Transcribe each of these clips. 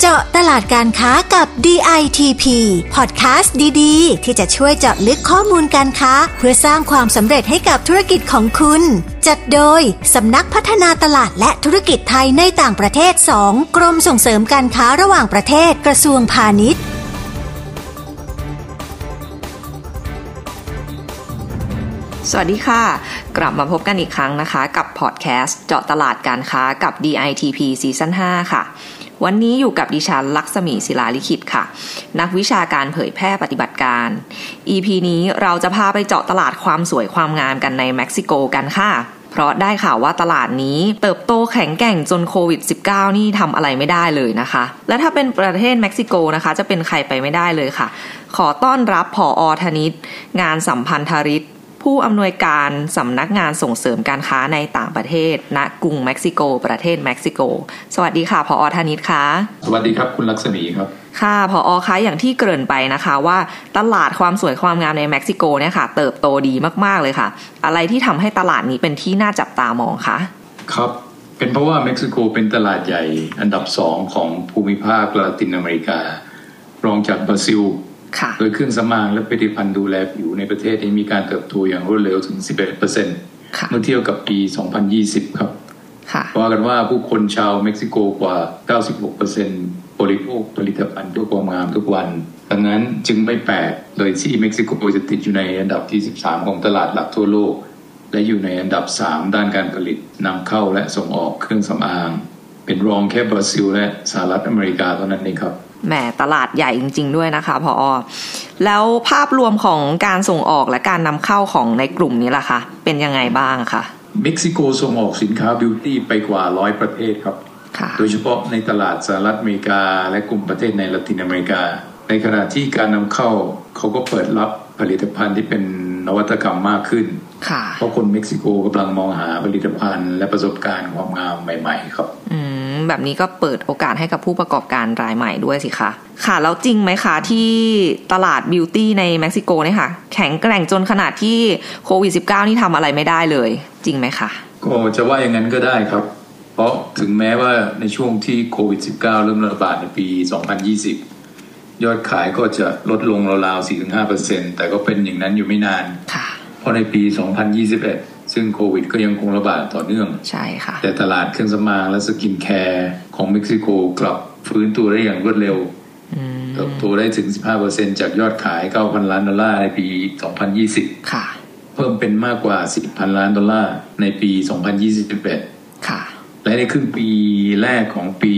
เจาะตลาดการค้ากับ DITP พอดแคสต์ดีๆ ที่จะช่วยเจาะลึกข้อมูลการค้า เพื่อสร้างความสำเร็จให้กับธุรกิจของคุณ จัดโดยสำนักพัฒนาตลาดและธุรกิจไทยในต่างประเทศ 2 กรมส่งเสริมการค้าระหว่างประเทศกระทรวงพาณิชย์ สวัสดีค่ะ กลับมาพบกันอีกครั้งนะคะ กับพอดแคสต์เจาะตลาดการค้ากับ DITP ซีซั่น5ค่ะ วันนี้อยู่กับดิฉันลักษมีศิลาลิขิตค่ะ นักวิชาการเผยแพร่ปฏิบัติการ EP นี้เราจะพาไปเจาะตลาดความสวยความงามกันในเม็กซิโกกันค่ะ เพราะได้ข่าวว่าตลาดนี้เติบโตแข็งแกร่งจนโควิด -19 นี่ทำอะไรไม่ได้เลยนะคะ และถ้าเป็นประเทศเม็กซิโกนะคะ จะเป็นใครไปไม่ได้เลยค่ะ ขอต้อนรับผออธนิตงานสัมพันธริต ผู้อำนวยการสำนักงานส่งเสริมการค้าในต่างประเทศ ณ กรุงเม็กซิโก ประเทศเม็กซิโก สวัสดีค่ะ พออธนิตค่ะ สวัสดีครับคุณลักษมีครับ ค่ะพออคะอย่างที่เกริ่นไปนะคะว่าตลาดความสวยความงามในเม็กซิโกเนี่ยค่ะ เติบโตดีมาก ๆ เลยค่ะ อะไรที่ทำให้ตลาดนี้เป็นที่น่าจับตามองคะ ครับ เป็นเพราะว่าเม็กซิโกเป็นตลาดใหญ่อันดับสองของภูมิภาคลาตินอเมริกา รองจากบราซิล ค่ะ โดยเครื่องสำอางและผลิตภัณฑ์ดูแลผิวในประเทศนี้มีการเติบโตอย่างรวดเร็วถึง 11%เ ค่ะ มื่อเทียบกับปี 2020 ครับ ค่ะ ว่ากันว่าผู้คนชาวเม็กซิโกกว่า 96%บริโภคผลิตภัณฑ์เพื่อความงามทุกวัน ดังนั้นจึงไม่แปลกเลยที่เม็กซิโกจะติดอยู่ในอันดับที่ 13 ของตลาดหลักทั่วโลก และอยู่ในอันดับ 3 ด้านการผลิตนำเข้าและส่งออกเครื่องสำอาง เป็นรองแค่บราซิลและสหรัฐอเมริกาเท่านั้นเองครับ แหมตลาดใหญ่จริง ๆ ด้วยนะคะพออแล้วภาพรวมของการส่งออกและการนำเข้าของในกลุ่มนี้ล่ะคะเป็นยังไงบ้างคะ เม็กซิโกส่งออกสินค้าบิวตี้ไปกว่า 100 ประเทศครับ ค่ะ โดยเฉพาะในตลาดสหรัฐอเมริกา และกลุ่มประเทศในละตินอเมริกา ในขณะที่การนำเข้าเขาก็เปิดรับผลิตภัณฑ์ที่เป็นนวัตกรรมมากขึ้น ค่ะ เพราะคนเม็กซิโกกำลังมองหาผลิตภัณฑ์และประสบการณ์ความงามใหม่ๆครับ อืมแบบนี้ก็เปิดโอกาสให้กับผู้ประกอบการรายใหม่ด้วยสิคะค่ะแล้วจริงไหมคะที่ตลาดบิวตี้ในเม็กซิโกเนี่ยค่ะ แข็งแกร่งจนขนาดที่โควิด -19 นี่ทำอะไรไม่ได้เลย จริงไหมคะ ก็จะว่าอย่างนั้นก็ได้ครับ เพราะถึงแม้ว่าในช่วงที่โควิด -19 เริ่มระบาดในปี 2020 ยอดขายก็จะลดลงราวๆ 4-5%แต่ก็เป็นอย่างนั้นอยู่ไม่นาน ค่ะ เพราะในปี 2021 ซึ่งโควิดก็ยังคงระบาดต่อเนื่อง ใช่ค่ะ แต่ตลาดเครื่องสำอางและสกินแคร์ของเม็กซิโกกลับฟื้นตัวได้อย่างรวดเร็วเติบโตได้ถึง 15%จากยอดขาย 9,000 ล้านดอลลาร์ในปี 2020 ค่ะ เพิ่มเป็นมากกว่า 10,000 ล้านดอลลาร์ในปี 2021 ค่ะ และในครึ่งปีแรกของปี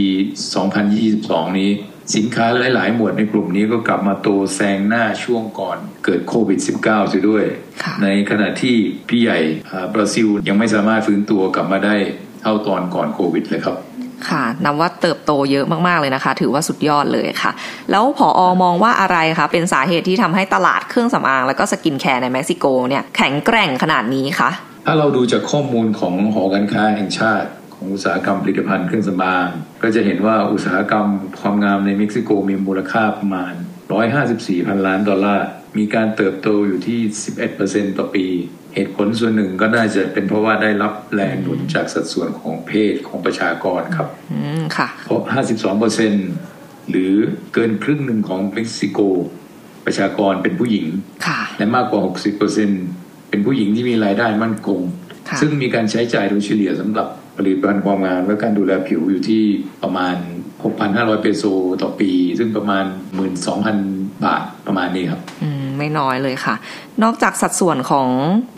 2022 นี้ สินค้าหลาย ๆ หมวดในกลุ่มนี้ก็กลับมาโตแซงหน้าช่วงก่อนเกิดโควิด -19 ซะด้วย ค่ะ ในขณะที่พี่ใหญ่อ่าบราซิลยังไม่สามารถฟื้นตัวกลับมาได้เท่าตอนก่อนโควิดเลยครับ ค่ะนับว่าเติบโตเยอะมากๆเลยนะคะ ถือว่าสุดยอดเลยค่ะ แล้วผออมองว่าอะไรคะเป็นสาเหตุที่ทำให้ตลาดเครื่องสำอาง และก็สกินแคร์ในเม็กซิโกเนี่ยแข็งแกร่งขนาดนี้คะ ถ้าเราดูจากข้อมูลของหอการค้าแห่งชาติ ของอุตสาหกรรมผลิตภัณฑ์เครื่องสำอาง ก็จะเห็นว่าอุตสาหกรรมความงามในเม็กซิโกมีมูลค่าประมาณ 154 พันล้านดอลลาร์ มีการเติบโตอยู่ที่ 11%ต่อปี เหตุผลส่วนหนึ่งก็น่าจะเป็นเพราะว่าได้รับแรงหนุนจากสัดส่วนของเพศของประชากรครับ อืมค่ะ เพราะ 52%หรือเกินครึ่งหนึ่งของเม็กซิโก ประชากรเป็นผู้หญิง ค่ะ และมากกว่า 60%เป็นผู้หญิงที่มีรายได้มั่นคง ค่ะ ซึ่งมีการใช้จ่ายโดยเฉลี่ยสำหรับผลิตภัณฑ์ความงามและการดูแลผิวอยู่ที่ประมาณ 6,500 เปโซต่อปี ซึ่งประมาณ 12,000 บาทประมาณนี้ครับ อืมไม่น้อยเลยค่ะ นอกจากสัดส่วนของ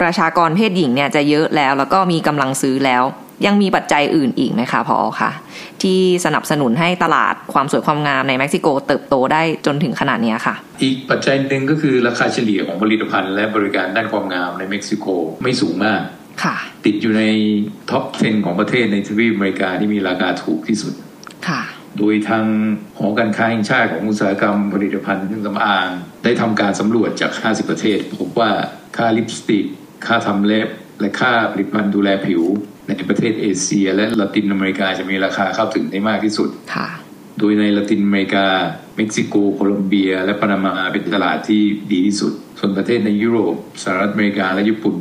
ประชากรเพศหญิงเนี่ยจะเยอะแล้ว แล้วก็มีกำลังซื้อแล้ว ยังมีปัจจัยอื่นอีกไหมคะพอคะที่สนับสนุนให้ตลาดความสวยความงามในเม็กซิโกเติบโตได้จนถึงขนาดเนี้ยค่ะ อีกปัจจัยหนึ่งก็คือราคาเฉลี่ยของผลิตภัณฑ์และบริการด้านความงามในเม็กซิโกไม่สูงมาก ค่ะ ติดอยู่ในท็อป 10 ของประเทศในทวีปอเมริกาที่มีราคาถูกที่สุด ค่ะ โดยทางหอการค้าแห่งชาติของอุตสาหกรรมผลิตภัณฑ์เครื่องสำอาง ได้ทำการสำรวจจาก 50 ประเทศ พบว่าค่าลิปสติก ค่าทำเล็บ และค่าผลิตภัณฑ์ดูแลผิว ในประเทศเอเชีย และละตินอเมริกาจะมีราคาเข้าถึงได้มากที่สุด ค่ะ โดยในละตินอเมริกา เม็กซิโก โคลอมเบีย และปานามาเป็นตลาดที่ดีที่สุด ส่วนประเทศในยุโรปสหรัฐอเมริกาและญี่ปุ่น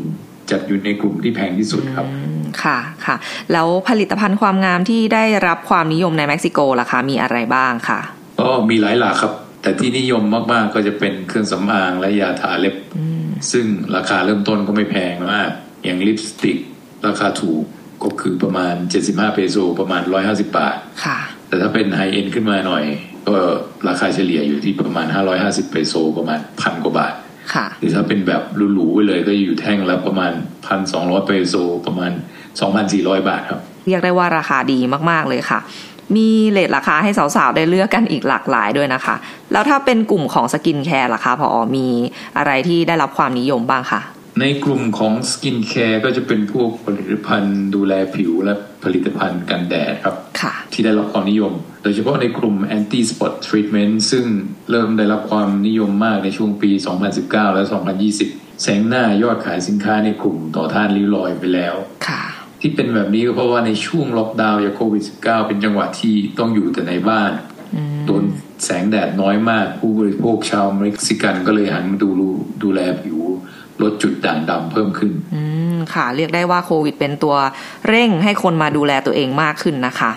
จัดอยู่ในกลุ่มที่แพงที่สุดครับ อืม ค่ะค่ะ แล้วผลิตภัณฑ์ความงามที่ได้รับความนิยมในเม็กซิโกล่ะคะมีอะไรบ้างค่ะ ก็มีหลายหลากครับ แต่ที่นิยมมากๆก็จะเป็นเครื่องสำอางและยาทาเล็บ ซึ่งราคาเริ่มต้นก็ไม่แพงมากอย่างลิปสติก ราคาถูกก็คือประมาณ 75 เปโซประมาณ 150 บาท ค่ะ แต่ถ้าเป็นไฮเอ็นขึ้นมาหน่อย ก็ราคาเฉลี่ยอยู่ที่ประมาณ 550 เปโซประมาณพันกว่าบาท ค่ะ หรือถ้าเป็นแบบหรูๆไปเลยก็อยู่แท่งละประมาณ 1,200 เปโซประมาณ 2,400 บาทครับ เรียกได้ว่าราคาดีมากๆเลยค่ะ มีเลทราคาให้สาวๆ ได้เลือกกันอีกหลากหลายด้วยนะคะ แล้วถ้าเป็นกลุ่มของสกินแคร์ล่ะคะพออมีอะไรที่ได้รับความนิยมบ้างคะ ในกลุ่มของสกินแคร์ก็จะเป็นพวกผลิตภัณฑ์ดูแลผิวและผลิตภัณฑ์กันแดดครับ ค่ะ ที่ได้รับความนิยม โดยเฉพาะในกลุ่ม anti spot treatment ซึ่งเริ่มได้รับความนิยมมากในช่วงปี 2019 และ 2020 แสงหน้ายอดขายสินค้าในกลุ่มต่อต้านริ้วรอยไปแล้ว ค่ะ ที่เป็นแบบนี้ก็เพราะว่าในช่วงล็อกดาวน์จากโควิด -19 เป็นจังหวะที่ต้องอยู่แต่ในบ้านโดนแสงแดดน้อยมาก ผู้บริโภคชาวเม็กซิกันก็เลยหันมาดูดูแลผิวลดจุดด่างดำเพิ่มขึ้น อืม ค่ะ เรียกได้ว่าโควิดเป็นตัวเร่งให้คนมาดูแลตัวเองมากขึ้นนะคะ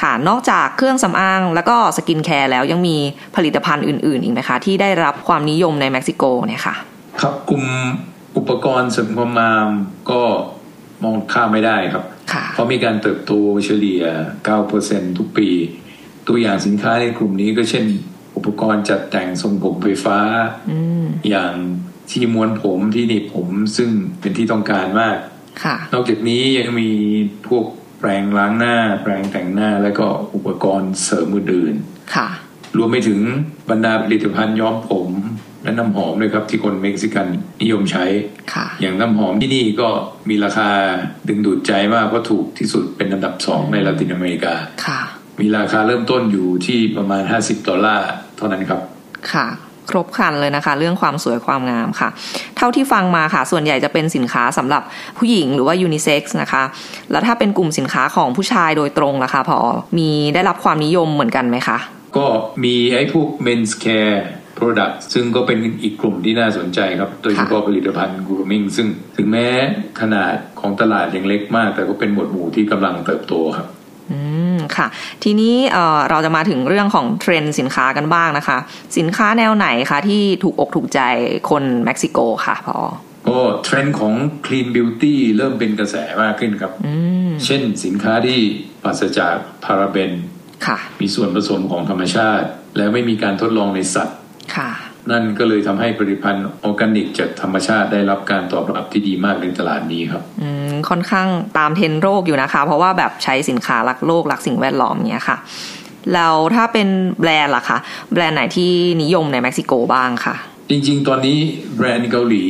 ค่ะ นอกจากเครื่องสำอางแล้วก็สกินแคร์แล้วยังมีผลิตภัณฑ์อื่นๆ อีกไหมคะ ที่ได้รับความนิยมในเม็กซิโกเนี่ยค่ะ ครับกลุ่มอุปกรณ์เสริมความงามก็มองข้ามไม่ได้ครับ ค่ะ เพราะมีการเติบโตเฉลี่ย 9%ทุกปี ตัวอย่างสินค้าในกลุ่มนี้ก็เช่น อุปกรณ์จัดแต่งทรงผมไฟฟ้า อืม อย่างที่ม้วนผมที่หนีบผมซึ่งเป็นที่ต้องการมาก ค่ะ นอกจากนี้ยังมีพวกแปรงล้างหน้า แปรงแต่งหน้า และก็อุปกรณ์เสริมอื่น ค่ะ ๆรวมไปถึงบรรดาผลิตภัณฑ์ย้อมผม และน้ำหอมด้วยครับที่คนเม็กซิกันนิยมใช้ ค่ะ อย่างน้ำหอมที่นี่ก็มีราคาดึงดูดใจมากเพราะถูกที่สุดเป็นอันดับสองในละตินอเมริกา ค่ะ มีราคาเริ่มต้นอยู่ที่ประมาณ 50 ดอลลาร์เท่านั้นครับ ค่ะ ครบครันเลยนะคะ เรื่องความสวยความงามค่ะ เท่าที่ฟังมาค่ะ ส่วนใหญ่จะเป็นสินค้าสำหรับผู้หญิงหรือว่ายูนิเซ็กซ์นะคะ แล้วถ้าเป็นกลุ่มสินค้าของผู้ชายโดยตรงล่ะคะพอมีได้รับความนิยมเหมือนกันไหมคะ ก็มีไอ้พวก men's care product ซึ่งก็เป็นอีกกลุ่มที่น่าสนใจครับ โดยเฉพาะผลิตภัณฑ์ grooming ซึ่งถึงแม้ขนาดของตลาดยังเล็กมาก แต่ก็เป็นหมวดหมู่ที่กำลังเติบโตครับ อืมค่ะ ทีนี้เอ่อเราจะมาถึงเรื่องของเทรนด์สินค้ากันบ้างนะคะ สินค้าแนวไหนคะที่ถูกอกถูกใจคนเม็กซิโกค่ะพอ ก็เทรนด์ของ clean beauty เริ่มเป็นกระแสมากขึ้นครับ อืม เช่นสินค้าที่ปราศจากพาราเบน ค่ะ มีส่วนผสมของธรรมชาติ และไม่มีการทดลองในสัตว์ ค่ะ นั่นก็เลยทำให้ผลิตภัณฑ์ออร์แกนิกจากธรรมชาติได้รับการตอบรับที่ดีมากในตลาดนี้ครับ อืมค่อนข้างตามเทรนด์โรคอยู่นะคะ เพราะว่าแบบใช้สินค้ารักโลกรักสิ่งแวดล้อมเนี้ยค่ะ แล้วถ้าเป็นแบรนด์ล่ะคะ แบรนด์ไหนที่นิยมในเม็กซิโกบ้างค่ะ จริงๆ ตอนนี้แบรนด์เกาหลี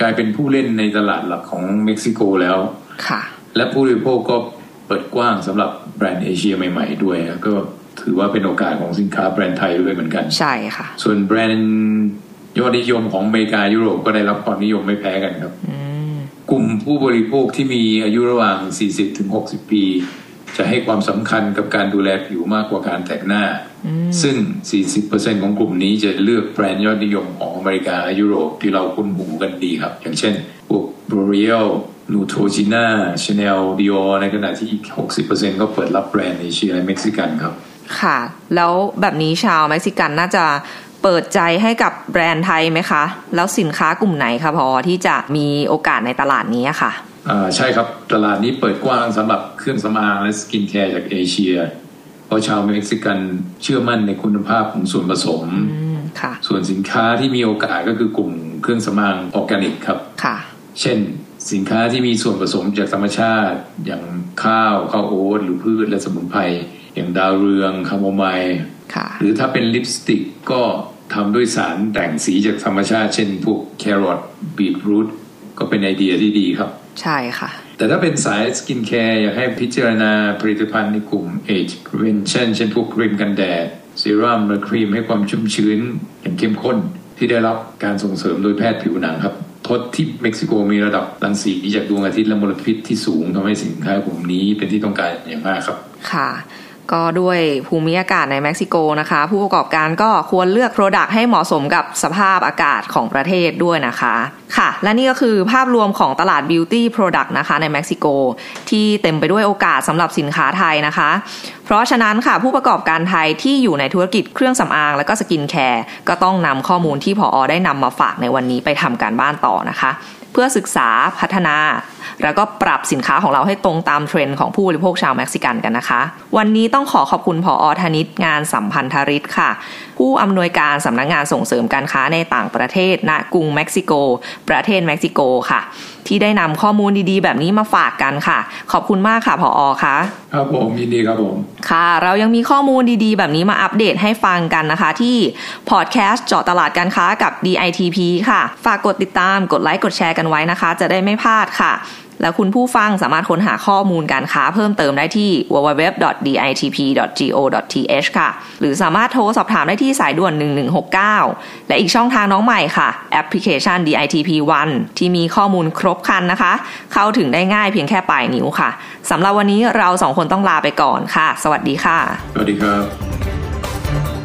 กลายเป็นผู้เล่นในตลาดหลักของเม็กซิโกแล้ว ค่ะ และผู้บริโภคก็เปิดกว้างสำหรับแบรนด์เอเชียใหม่ๆ ด้วยนะก็ถือว่าเป็นโอกาสของสินค้าแบรนด์ไทยด้วยเหมือนกัน ใช่ค่ะ ส่วนแบรนด์ยอดนิยมของอเมริกายุโรปก็ได้รับความนิยมไม่แพ้กันครับ อืม กลุ่มผู้บริโภคที่มีอายุระหว่าง 40 ถึง 60 ปี จะให้ความสำคัญกับการดูแลผิวมากกว่าการแต่งหน้า ซึ่ง 40%ของกลุ่มนี้จะเลือกแบรนด์ยอดนิยมของอเมริกาและยุโรปที่เราคุ้นหูกันดีครับ อย่างเช่น พวก L'Oreal Neutrogena Chanel Dior ในขณะที่อีก 60%ก็เปิดรับแบรนด์เอเชียและเม็กซิกันครับ ค่ะ แล้วแบบนี้ชาวเม็กซิกันน่าจะเปิดใจให้กับแบรนด์ไทยไหมคะ แล้วสินค้ากลุ่มไหนคะพอที่จะมีโอกาสในตลาดนี้อะค่ะ อ่าใช่ครับตลาดนี้เปิดกว้างสำหรับเครื่องสำอางและสกินแคร์จากเอเชีย เพราะชาวเม็กซิกันเชื่อมั่นในคุณภาพของส่วนผสม อืมค่ะ ส่วนสินค้าที่มีโอกาสก็คือกลุ่มเครื่องสำอางออร์แกนิกครับ ค่ะ เช่น สินค้าที่มีส่วนผสมจากธรรมชาติ อย่างข้าวข้าวโอ๊ตหรือพืชและสมุนไพรอย่างดาวเรืองคาโมไมล์ ค่ะ หรือถ้าเป็นลิปสติกก็ทำด้วยสารแต่งสีจากธรรมชาติ เช่นพวกแครอทบีทรูทก็เป็นไอเดียที่ดีครับ ใช่ค่ะ แต่ถ้าเป็นสายสกินแคร์อยากให้พิจารณาผลิตภัณฑ์ในกลุ่ม age prevention เช่นพวกครีมกันแดดเซรั่มและครีมให้ความชุ่มชื้นอย่างเข้มข้น ที่ได้รับการส่งเสริมโดยแพทย์ผิวหนังครับทศที่เม็กซิโกมีระดับรังสีจากดวงอาทิตย์และมลพิษที่สูงทำให้สินค้ากลุ่มนี้เป็นที่ต้องการอย่างมากครับ ค่ะ ก็ด้วยภูมิอากาศในเม็กซิโกนะคะ ผู้ประกอบการก็ควรเลือกโปรดักต์ให้เหมาะสมกับสภาพอากาศของประเทศด้วยนะคะ ค่ะ และนี่ก็คือภาพรวมของตลาด Beauty Product นะคะในเม็กซิโก ที่เต็มไปด้วยโอกาสสำหรับสินค้าไทยนะคะ เพราะฉะนั้นค่ะผู้ประกอบการไทยที่อยู่ในธุรกิจเครื่องสำอางและก็สกินแคร์ก็ต้องนำข้อมูลที่พออได้นำมาฝากในวันนี้ไปทำการบ้านต่อนะคะ เพื่อศึกษาพัฒนา แล้วก็ปรับสินค้าของเราให้ตรงตามเทรนด์ของผู้บริโภคชาวเม็กซิกันกันนะคะ วันนี้ต้องขอขอบคุณผออธนิตงานสัมพันธริตค่ะ ผู้อำนวยการสำนักงานส่งเสริมการค้าในต่างประเทศณกรุงเม็กซิโก ประเทศเม็กซิโกค่ะ ที่ได้นำข้อมูลดีๆ แบบนี้มาฝากกันค่ะ ขอบคุณมากค่ะผออค่ะ ครับผมยินดีครับผม ค่ะ เรายังมีข้อมูลดีๆ แบบนี้มาอัปเดตให้ฟังกันนะคะ ที่พอดแคสต์เจาะตลาดการค้ากับ DITP ค่ะ ฝากกดติดตามกดไลค์กดแชร์กันไว้นะคะ จะได้ไม่พลาดค่ะ แล้วคุณผู้ฟังสามารถค้นหาข้อมูลการค้าเพิ่มเติมได้ที่ www.ditp.go.th ค่ะ หรือสามารถโทรสอบถามได้ที่สายด่วน 1169 และอีกช่องทางน้องใหม่ค่ะ แอปพลิเคชัน DITP One ที่มีข้อมูลครบครันนะคะ เข้าถึงได้ง่ายเพียงแค่ปลายนิ้วค่ะสำหรับวันนี้เราสองคนต้องลาไปก่อนค่ะ สวัสดีค่ะ สวัสดีครับ